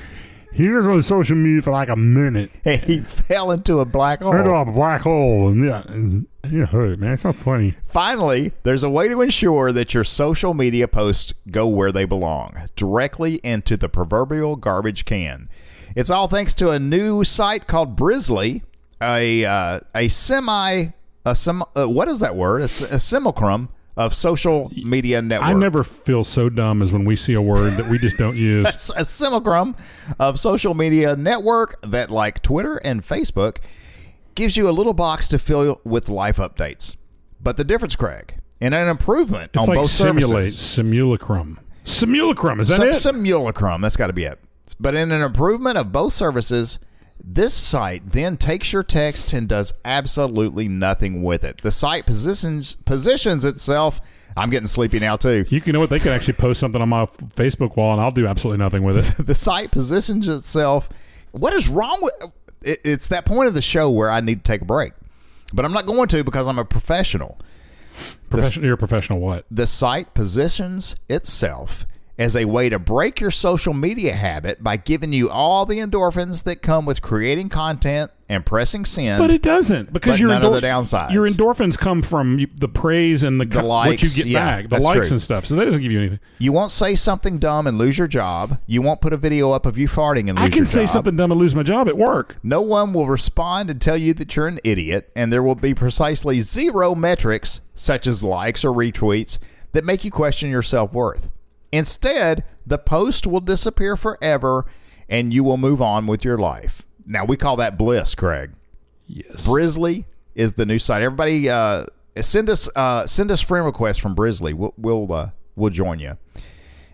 C: He was on social media for like a minute.
D: And he fell into a black hole.
C: Turned off a black hole, and yeah, and it hurt, man. It's not funny.
D: Finally, there's a way to ensure that your social media posts go where they belong directly into the proverbial garbage can. It's all thanks to a new site called Brizzly, a uh, a semi a sem, uh, what is that word? A, s- a simulacrum of social media network.
C: I never feel so dumb as when we see a word that we just don't use.
D: s- a simulacrum of social media network that, like Twitter and Facebook, gives you a little box to fill with life updates. But the difference, Craig, and an improvement
C: It's
D: on
C: like
D: both
C: simulate,
D: services.
C: simulacrum, simulacrum. Is that
D: Sim-
C: it?
D: simulacrum, that's got to be it. But in an improvement of both services, this site then takes your text and does absolutely nothing with it. The site positions positions itself. I'm getting sleepy now too.
C: you can know what they can actually post something on my f- Facebook wall, and I'll do absolutely nothing with it.
D: the site positions itself. What is wrong with it, it's that point of the show where I need to take a break, but I'm not going to because I'm a professional.
C: Professional, you're a professional. What?
D: The site positions itself as a way to break your social media habit by giving you all the endorphins that come with creating content and pressing send.
C: But it doesn't because
D: But
C: your
D: none of the downsides.
C: Your endorphins come from you- the praise and the, co- what
D: likes,
C: you get
D: yeah,
C: back, the
D: that's
C: likes
D: true.
C: and stuff. So that doesn't give you anything.
D: you won't say something dumb and lose your job. You won't put a video up of you farting and lose
C: I can
D: your
C: say
D: job.
C: something dumb and lose my job at work.
D: No one will respond and tell you that you're an idiot, and there will be precisely zero metrics, such as likes or retweets, that make you question your self worth. Instead, the post will disappear forever and you will move on with your life. Now, we call that bliss, Craig.
C: Yes.
D: Brizzly is the new site. Everybody, uh, send us uh, send us friend requests from Brizzly. We'll we'll, uh, we'll join you.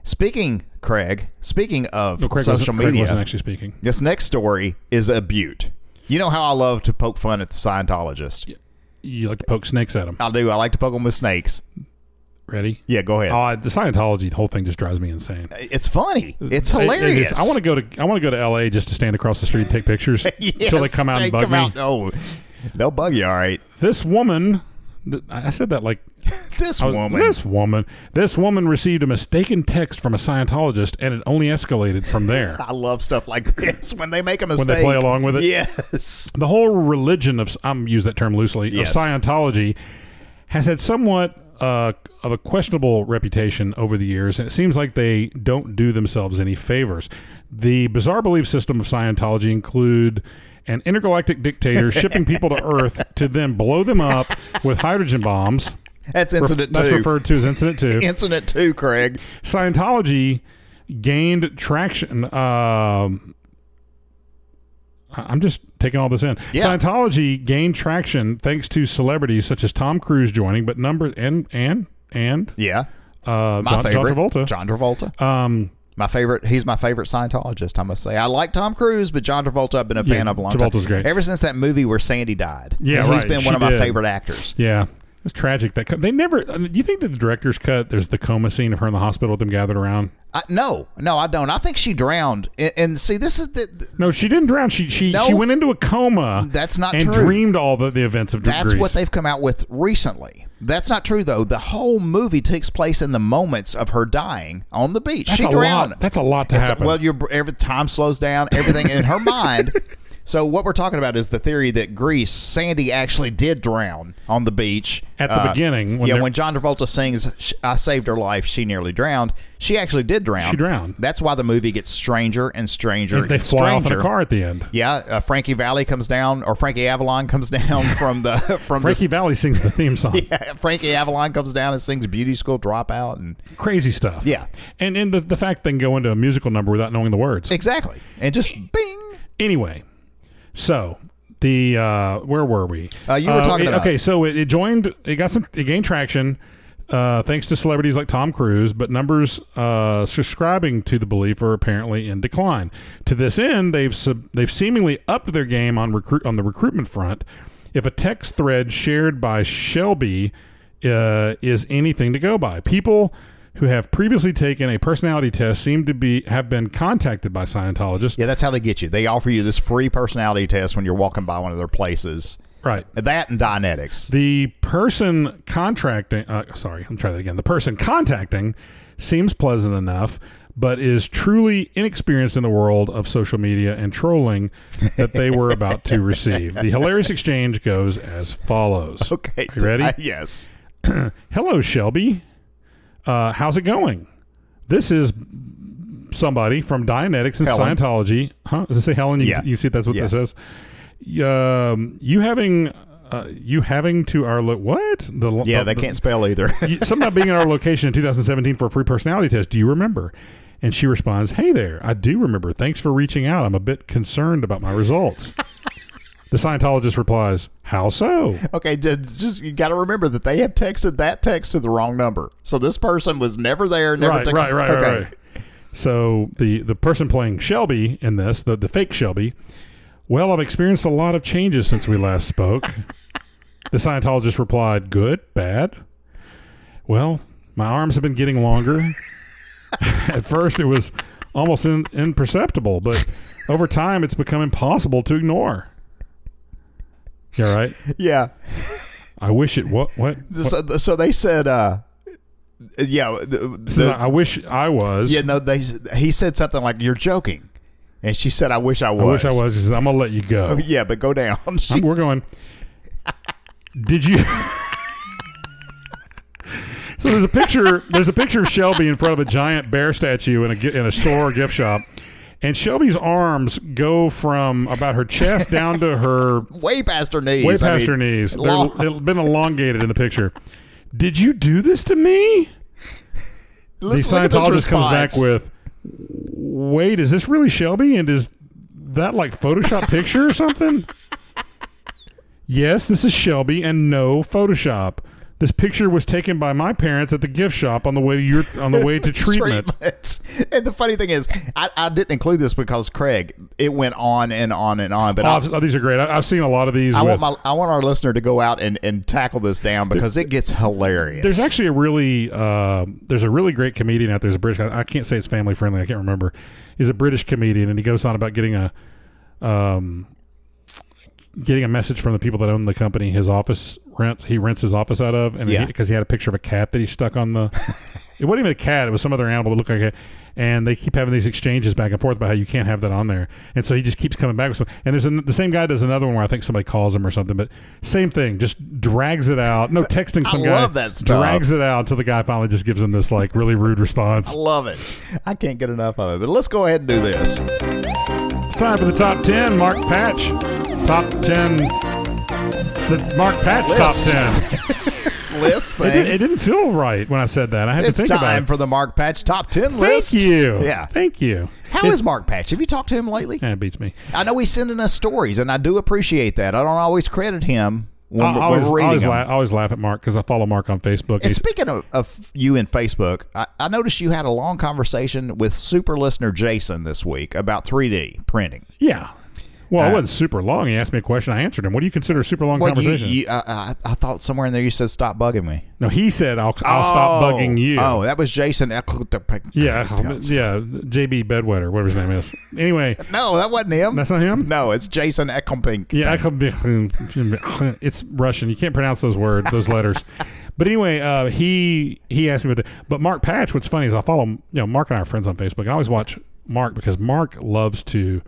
D: Speaking, Craig. Speaking of
C: No, Craig
D: social
C: wasn't, Craig
D: media,
C: wasn't actually speaking.
D: this next story is a butte. You know how I love to poke fun at the Scientologist.
C: You like to poke snakes at them.
D: I do. I like to poke them with snakes.
C: Ready?
D: Yeah, go ahead.
C: Uh, the Scientology the whole thing just drives me insane.
D: it's funny. It's
C: It- it is.
D: hilarious.
C: I want to go to I want to go to L.A. just to stand across the street and take pictures until they
D: Yes,
C: come out
D: they
C: and bug
D: come
C: me.
D: out- oh, they'll bug you, all right.
C: This woman, th- I said that like
D: This
C: I was-
D: woman.
C: Oh, This woman. This woman received a mistaken text from a Scientologist, and it only escalated from there.
D: I love stuff like this when they make a
C: they
D: mistake.
C: play along with it?
D: Yes.
C: the whole religion of I'm use that term loosely
D: Yes.
C: of Scientology has had somewhat uh, of a questionable reputation over the years, and it seems like they don't do themselves any favors. The bizarre belief system of Scientology include an intergalactic dictator shipping people to Earth to then blow them up with hydrogen bombs.
D: That's
C: Ref-
D: incident
C: that's
D: two.
C: referred to as incident two.
D: incident two, Craig.
C: Scientology gained traction. Um, I- I'm just taking all this in.
D: Yeah.
C: Scientology gained traction thanks to celebrities such as Tom Cruise joining, but number and and and
D: Yeah.
C: uh,
D: My
C: John, John
D: favorite.
C: Travolta.
D: John Travolta.
C: um,
D: My favorite. He's my favorite Scientologist, I must say. I like Tom Cruise, but John Travolta, I've been a fan of a long
C: Travolta's
D: time.
C: great.
D: Ever since that movie where Sandy died.
C: Yeah,
D: he's
C: right.
D: been one
C: She
D: of my
C: did.
D: favorite actors.
C: yeah, it's tragic that co- they never. I mean, do you think that the director's cut? There's the coma scene of her in the hospital with them gathered around.
D: I, no, no, I don't. I think she drowned. And, and see, this is the. the-
C: No, she didn't drown. She she
D: No.
C: she went into a coma.
D: That's not
C: and
D: true.
C: dreamed all the, the events of
D: That's
C: Greece.
D: what they've come out with recently. That's not true though. The whole movie takes place in the moments of her dying on the beach.
C: That's
D: she
C: a
D: drowned.
C: lot. That's a lot to
D: It's-
C: happen.
D: Well, your every time slows down. Everything in her mind. So what we're talking about is the theory that Greece Sandy actually did drown on the beach uh,
C: At the beginning, when
D: yeah,
C: they're-
D: when John Travolta sings "Sh- "I saved her life, she nearly drowned," she actually did drown.
C: She drowned.
D: That's why the movie gets stranger and stranger.
C: they
D: and
C: fly off in
D: stranger.
C: a car at the end.
D: Yeah, uh, Frankie Valley comes down, or Frankie Avalon comes down from the from
C: Frankie
D: the
C: Valley sings the theme song.
D: Frankie Avalon comes down and sings "Beauty School Dropout" and
C: Crazy stuff.
D: Yeah.
C: And and the, the fact they can go into a musical number without knowing the words.
D: exactly, and just bing.
C: Anyway, so the uh where were we?
D: Uh, you were talking
C: it-
D: about-
C: Okay, so it, it joined it got some it gained traction. Uh, thanks to celebrities like Tom Cruise, but numbers uh, subscribing to the belief are apparently in decline. To this end, they've sub- they've seemingly upped their game on recruit on the recruitment front. If a text thread shared by Shelby uh, is anything to go by, people who have previously taken a personality test seem to be have been contacted by Scientologists.
D: Yeah, that's how they get you. They offer you this free personality test when you're walking by one of their places.
C: Right.
D: That and Dianetics.
C: The person contracting, uh, sorry, I'm trying that again. The person contacting seems pleasant enough, but is truly inexperienced in the world of social media and trolling that they were about to receive. The hilarious exchange goes as follows.
D: Okay,
C: Are you ready?
D: I- yes.
C: Hello, Shelby. Uh, how's it going? This is somebody from Dianetics and
D: Helen.
C: Scientology. Huh? Does it say Helen? You,
D: Yeah.
C: you see that's what
D: Yeah.
C: this says. Um, you having uh, you having to our lo- what? The, lo-
D: Yeah,
C: the-
D: they
C: the-
D: can't spell either.
C: you, something about being at our location in 2017 for a free personality test. Do you remember? And she responds, Hey there, I do remember. Thanks for reaching out. I'm a bit concerned about my results. the Scientologist replies, How so?
D: okay, ju- just you got to remember that they have texted that text to the wrong number. So this person was never there. Never
C: right,
D: took-
C: right, right,
D: okay.
C: right, right. So the the person playing Shelby in this, the the fake Shelby, well, I've experienced a lot of changes since we last spoke. The Scientologist replied, "Good, bad. Well, my arms have been getting longer. At first, it was almost in, imperceptible, but over time, it's become impossible to ignore." Yeah, right.
D: Yeah.
C: I wish it. What? What?
D: So, so they said, uh, yeah, the,
C: This is-
D: the-
C: I wish I was.
D: yeah, no, they he said something like, "You're joking," and she said, "I wish I
C: I
D: was."
C: wish I was. He says, I'm gonna let you go.
D: Yeah, but go down. She-
C: I'm- we're going. Did you? so there's a picture. There's a picture of Shelby in front of a giant bear statue in a gi- in a store or gift shop, and Shelby's arms go from about her chest down to her
D: way past her knees.
C: way
D: I
C: past
D: mean,
C: her knees.
D: long-
C: They're, they've been elongated in the picture. Did you do this to me? The
D: Let's look at this
C: Scientologist comes back
D: response.
C: with, "Wait, is this really Shelby? And is that like Photoshop picture or something?" yes, this is Shelby, and no Photoshop. This picture was taken by my parents at the gift shop on the way to your on the way to treatment.
D: treatment. And the funny thing is, I, I didn't include this because Craig, it went on and on and on. But
C: Oh,
D: I,
C: I've- oh, these are great. I, I've seen a lot of these.
D: I
C: with,
D: want my I want our listener to go out and, and tackle this down because it gets hilarious.
C: There's actually a really uh, there's a really great comedian out there. There's a British guy. I can't say it's family friendly. I can't remember. He's a British comedian, and he goes on about getting a um, getting a message from the people that own the company. His office rents he rents his office out of, and
D: Yeah.
C: because he had a picture of a cat that he stuck on the. it wasn't even a cat. It was some other animal that looked like a. And they keep having these exchanges back and forth about how you can't have that on there, and so he just keeps coming back with some. And there's an, the same guy does another one where I think somebody calls him or something, but same thing, just drags it out. No texting some
D: I
C: guy
D: love that stuff.
C: drags it out until the guy finally just gives him this like really rude response.
D: I love it. I can't get enough of it. But let's go ahead and do this.
C: It's time for the top ten. Mark Patch, top ten. The Mark Patch
D: List.
C: top ten.
D: List
C: It,
D: thing.
C: did, it didn't feel right when I said that. I had
D: it's
C: to think about
D: time
C: it.
D: for the Mark Patch top ten
C: Thank
D: list.
C: you.
D: Yeah.
C: Thank you.
D: How is Mark Patch? Have you talked to him lately?
C: That beats me.
D: I know he's sending us stories, and I do appreciate that. I don't always credit him when,
C: I
D: we're-
C: I
D: when
C: always,
D: we're
C: I
D: reading
C: always,
D: him.
C: la- I always laugh at Mark because I follow Mark on Facebook.
D: And
C: He's-
D: speaking of, of you and Facebook, I, I noticed you had a long conversation with super listener Jason this week about 3D printing.
C: yeah. Well,
D: Uh,
C: it wasn't super long. He asked me a question. I answered him. What do you consider a super long
D: Well, you,
C: conversation?
D: you, I, I I thought somewhere in there you said stop bugging me.
C: no, he said, I'll, I'll stop
D: Oh.
C: bugging you.
D: Oh, that was Jason. Yeah,
C: Yeah, um, yeah, JB Bedwetter, whatever his name is. Anyway,
D: no, that wasn't him.
C: that's not him.
D: no, it's Jason Ekelpink.
C: Yeah, I could be- it's Russian. You can't pronounce those words, those letters. But anyway, uh, he he asked me about that. But Mark Patch, what's funny is I follow you know Mark and I are friends on Facebook. I always watch Mark because Mark loves to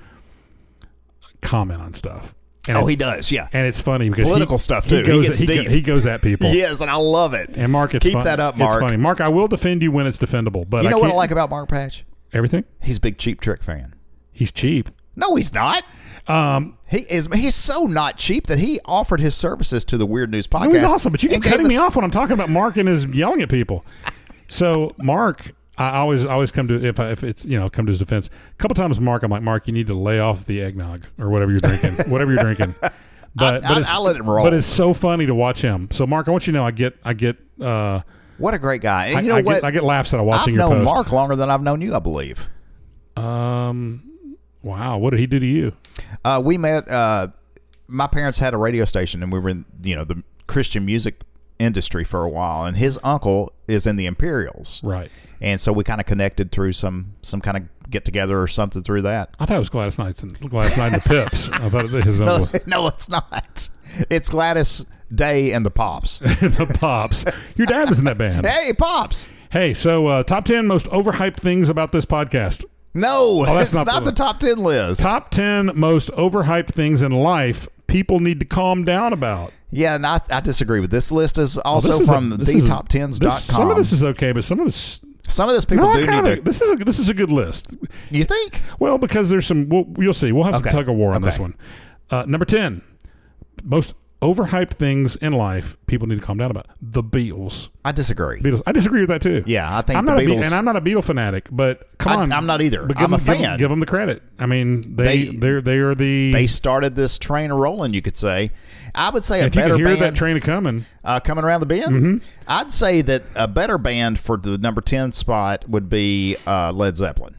C: comment on stuff. And
D: Oh,
C: it's-
D: he does. Yeah.
C: and it's funny because he-
D: Political stuff, too.
C: He
D: He
C: goes,
D: gets
C: he, go-
D: deep.
C: he goes at people.
D: Yes, and I love it.
C: And Mark, it's
D: keep
C: fun-
D: that up,
C: it's
D: Mark.
C: funny. Mark, I will defend you when it's defendable. But
D: You know
C: I
D: what I
C: can't-
D: like about Mark Patch?
C: everything.
D: He's a big cheap trick fan.
C: He's cheap.
D: No, he's not.
C: Um,
D: He is. He's so not cheap that he offered his services to the Weird News podcast.
C: No, he's awesome, but you keep
D: and gave
C: cutting me
D: us-
C: off when I'm talking about Mark and his yelling at people. So Mark, I always I always come to if I, if it's you know come to his defense. A couple times, Mark, I'm like Mark, you need to lay off the eggnog or whatever you're drinking, whatever you're drinking. But,
D: I- I'll let it roll.
C: But it's so funny to watch him. So Mark, I want you to know I get I get uh
D: What a great guy! And
C: I,
D: you know
C: I
D: what?
C: get I get laughs out of
D: I've
C: watching your post.
D: known Mark longer than I've known you, I believe.
C: Um, wow, what did he do to you?
D: Uh, we met. Uh, my parents had a radio station, and we were in you know the Christian music industry for a while. And his uncle is in the Imperials,
C: Right.
D: and so we kind of connected through some some kind of get together or something through that.
C: I thought it was Gladys Knight and Gladys Knight and the Pips. I thought it his own
D: No,
C: was uh,
D: no, it's not. It's Gladys Day and the Pops.
C: the Pops. Your dad was in that band.
D: hey, Pops.
C: Hey, so uh, top 10 most overhyped things about this podcast.
D: No,
C: Oh, that's
D: it's
C: not
D: not,
C: the-
D: the top ten list.
C: Top 10 most overhyped things in life people need to calm down about.
D: Yeah, and I, I disagree with this list. Is
C: This
D: also
C: is a-
D: from
C: this is-
D: thetop10s.com.
C: this- Some of this is okay, but some of it's.
D: some of this people
C: No, I
D: do
C: kinda-
D: need to.
C: this, is a, this is a good list.
D: You think?
C: Well, because there's some. We'll, you'll see. We'll have
D: Okay.
C: some tug of war on this
D: Okay.
C: one. Uh, number 10 most overhyped things in life people need to calm down about. The Beatles.
D: I disagree.
C: Beatles. I disagree with that too.
D: Yeah, I think
C: I'm
D: the
C: not a Be-
D: Beatles-
C: and I'm not a Beatle fanatic, but come
D: I-
C: on,
D: I'm not either.
C: But give
D: I'm a
C: them, give them-
D: fan.
C: Give, them the credit. I mean, they
D: They-
C: they are they are the
D: They started this train rolling, you could say. I would say a
C: if you
D: better
C: can hear
D: band
C: that train Mm-hmm. coming,
D: uh, coming around the bend. I'd say that a better band for the number ten spot would be uh, Led Zeppelin.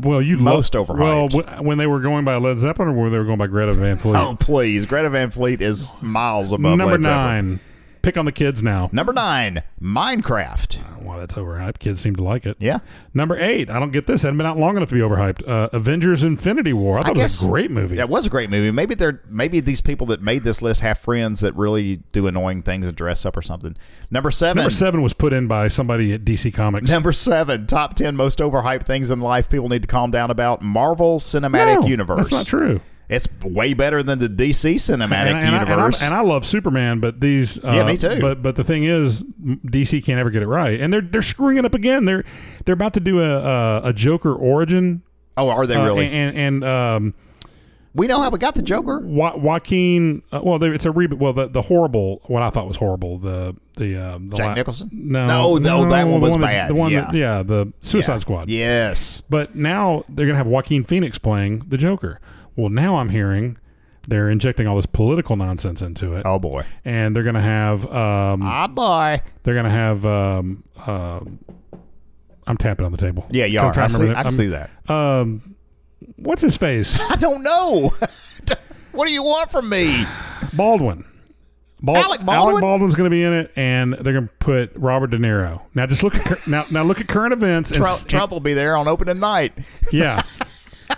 C: well, you
D: Most
C: lo-
D: overhyped.
C: Well, w- when they were going by Led Zeppelin, or when they were going by Greta Van Fleet.
D: Oh please, Greta Van Fleet is miles above
C: Number
D: Led Zeppelin.
C: nine, pick on the kids now.
D: Number nine, Minecraft.
C: Wow, that's overhyped. Kids seem to like it.
D: Yeah.
C: Number eight, I don't get this. Hadn't been out long enough to be overhyped. Uh, Avengers: Infinity War. I thought it was
D: guess-
C: a great movie.
D: That was a great movie. Maybe they're maybe these people that made this list have friends that really do annoying things and dress up or something. Number seven.
C: Number seven was put in by somebody at DC Comics.
D: Number seven, top ten most overhyped things in life people need to calm down about Marvel Cinematic
C: No,
D: Universe.
C: That's not true.
D: It's way better than the DC Cinematic
C: and, I- and I- and I'm-
D: Universe.
C: and I love Superman, but these uh,
D: Yeah, me too.
C: But but the thing is, m- DC can't ever get it right, and they're they're screwing it up again. They're they're about to do a a, a Joker origin.
D: oh, are they
C: uh,
D: really?
C: and and, and, um,
D: we know how we got the Joker.
C: jo- Joaquin. Uh, well, there, it's a reboot. Well, the, the horrible what I thought was horrible. The the, um, the
D: Jack
C: la-
D: Nicholson?
C: No,
D: No, no, that one
C: the
D: was
C: that-
D: bad.
C: The one
D: Yeah.
C: that, yeah, the Suicide Squad.
D: Yes.
C: But now they're gonna have Joaquin Phoenix playing the Joker. Well, now I'm hearing They're injecting all this political nonsense into it,
D: Oh boy.
C: and they're going to have um,
D: Ah boy.
C: they're going to have um, uh, I'm tapping on the table.
D: Yeah, you
C: I'm
D: are. I
C: trying to
D: see,
C: remember
D: I
C: the-
D: see that.
C: I'm- Um, what's his face?
D: I don't know. what do you want from me?
C: Baldwin. Bal-
D: Alec Baldwin?
C: Baldwin's going to be in it, and they're going to put Robert De Niro. Now, just look at cur- now. Now look at current events. And,
D: Trump, Trump will be there on opening night.
C: and- yeah.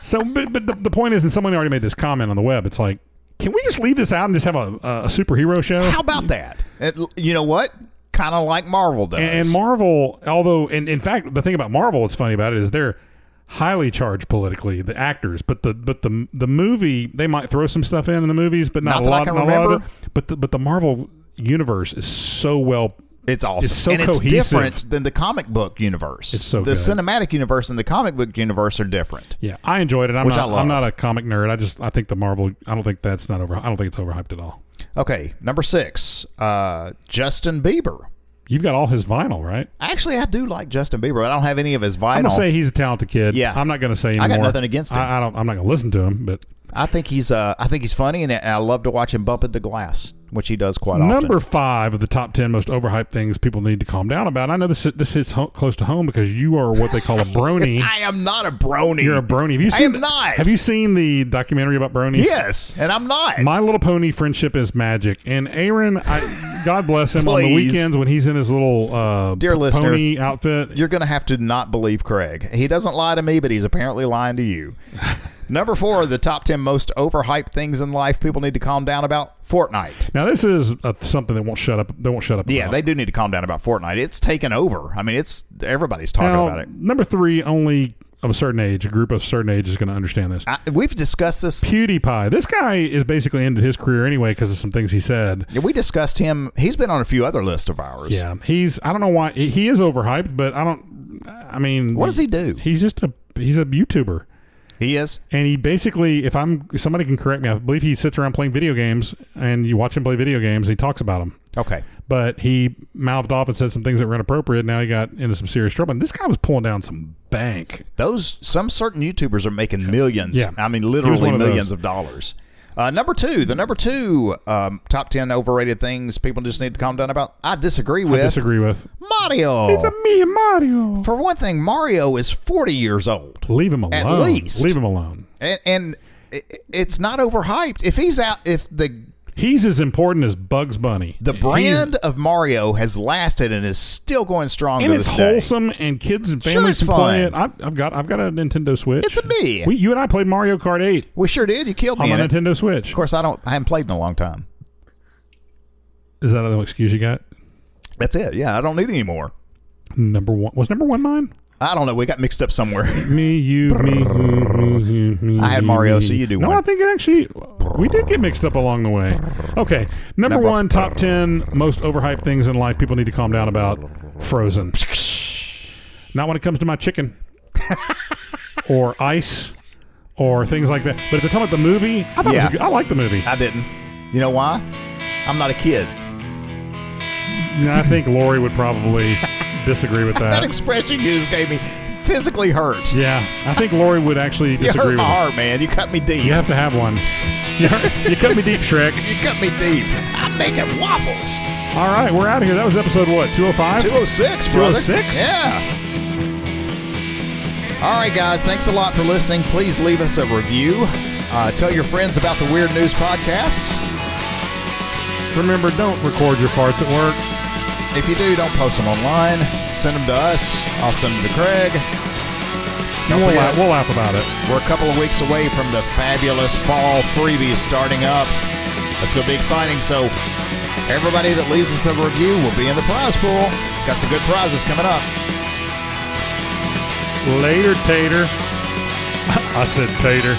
C: So, but, but the, the point is, and someone already made this comment on the web. It's like, can we just leave this out and just have a, a superhero show?
D: How about that? It- you know what? Kind of like Marvel does.
C: and, and Marvel, although, and in fact, the thing about Marvel, what's funny about it is they're highly charged politically, the actors, but the but the the movie they might throw some stuff in in the movies, but not,
D: Not
C: a
D: that I
C: lot.
D: can
C: not a lot of
D: remember.
C: it. But the, but the Marvel universe is so well
D: It's awesome.
C: It's so
D: and
C: cohesive.
D: it's different than the comic book universe.
C: It's so
D: the
C: good.
D: cinematic universe and the comic book universe are different.
C: Yeah, I enjoyed it. I'm
D: Which
C: not,
D: I love.
C: am not a comic nerd. I just I think the Marvel. I don't think that's not over. I don't think it's overhyped at all.
D: Okay, number six, uh, Justin Bieber.
C: You've got all his vinyl, right?
D: Actually, I do like Justin Bieber. I don't have any of his
C: I'm
D: vinyl.
C: gonna say he's a talented kid.
D: Yeah.
C: I'm not gonna say anymore.
D: got nothing against him.
C: I, I don't. I'm not gonna listen to him. But
D: I think he's uh, I think he's funny, and I love to watch him bump into glass, which he does quite
C: number
D: often.
C: five of the top ten most overhyped things people need to calm down about. I know this this hits ho- close to home because you are what they call a brony.
D: I am not a brony.
C: You're a brony. Have you
D: I
C: seen?
D: am not.
C: Have you seen the documentary about bronies?
D: Yes, and I'm not.
C: My Little Pony friendship is magic, and Aaron, I, God bless him, on the
D: Please.
C: weekends when he's in his little uh,
D: Dear
C: p-
D: listener,
C: pony outfit,
D: You're going to have to not believe Craig. He doesn't lie to me, but he's apparently lying to you. number four, the top ten most overhyped things in life people need to calm down about: Fortnite.
C: Now this is uh something that won't shut up. They won't shut up.
D: Yeah,
C: about.
D: they do need to calm down about Fortnite. It's taken over. I mean, it's everybody's talking
C: Now,
D: about it.
C: number three, only of a certain age, a group of a certain age is going to understand this.
D: I, we've discussed this.
C: PewDiePie. This guy is basically ended his career anyway because of some things he said.
D: We discussed him. He's been on a few other lists of ours.
C: Yeah, he's. I don't know why he he is overhyped, but I don't. I mean,
D: What does he do?
C: He's just a. He's a YouTuber.
D: He is.
C: And he basically, if I'm somebody can correct me, I believe he sits around playing video games, and you watch him play video games. He talks about them,
D: Okay.
C: but he mouthed off and said some things that were inappropriate. Now he got into some serious trouble, and this guy was pulling down some bank.
D: Those some certain YouTubers are making millions.
C: Yeah.
D: I mean,
C: He was
D: literally
C: one of
D: millions
C: those.
D: of dollars. Uh, number two, the number two um, top ten overrated things people just need to calm down about. I disagree with
C: I disagree with.
D: Mario.
C: me and Mario.
D: For one thing, Mario is forty years old.
C: Leave him alone.
D: At least.
C: Leave him alone.
D: and, and it, it's not overhyped. If he's out, if the
C: He's as important as Bugs Bunny.
D: the
C: He's-
D: brand of Mario has lasted and is still going strong
C: and
D: to
C: it's
D: this day.
C: wholesome, and kids and
D: Sure,
C: families
D: it's
C: can play it.
D: fun.
C: I've, I've got I've got a Nintendo Switch.
D: It's a me.
C: We, you and I played Mario Kart Eight
D: We sure did. You killed
C: on
D: me.
C: the
D: in it. Of
C: Nintendo Switch.
D: course, I don't. I haven't played in a long time.
C: Is that the excuse you got?
D: That's it. Yeah, I don't need any more.
C: Number one was number one mine.
D: I don't know. We got mixed up somewhere.
C: Me, you, me, me, me, me,
D: I had
C: me,
D: Mario,
C: me.
D: so you do
C: No,
D: one.
C: I think it actually we did get mixed up along the way. Okay, number,
D: Number-
C: one, top ten most overhyped things in life people need to calm down about. Frozen. Not when it comes to my chicken or ice or things like that. But if they're talking about the movie, I thought it was
D: Yeah.
C: a good, I like the movie.
D: I didn't. You know why? I'm not a kid.
C: Uh, And I think Lori would probably disagree with
D: That
C: that.
D: expression you just gave me physically hurt.
C: yeah, I think Lori would actually
D: you
C: disagree
D: hurt
C: with
D: my
C: that.
D: heart, man. You cut me deep.
C: You have to have one. You, you cut me deep, Shrek.
D: You cut me deep. I'm making waffles.
C: All right, we're out of here. That was episode what, 205?
D: 206, brother.
C: 206?
D: Yeah. All right, guys. Thanks a lot for listening. Please leave us a review. Uh, tell your friends about the Weird News Podcast.
C: Remember, don't record your farts at work.
D: If you do, don't post them online. Send them to us. I'll send them to Craig. Don't
C: We'll,
D: forget,
C: laugh, we'll laugh about it.
D: we're a couple of weeks away from the fabulous fall freebies starting up. That's going to be exciting. So, everybody that leaves us a review will be in the prize pool. Got some good prizes coming up.
C: Later, Tater. I said Tater.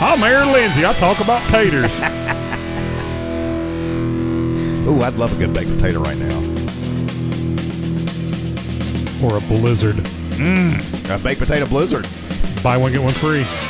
C: I'm Aaron Lindsay. I talk about taters.
D: Ooh, I'd love a good baked potato right now.
C: or a blizzard.
D: A baked potato blizzard.
C: Buy one, get one free.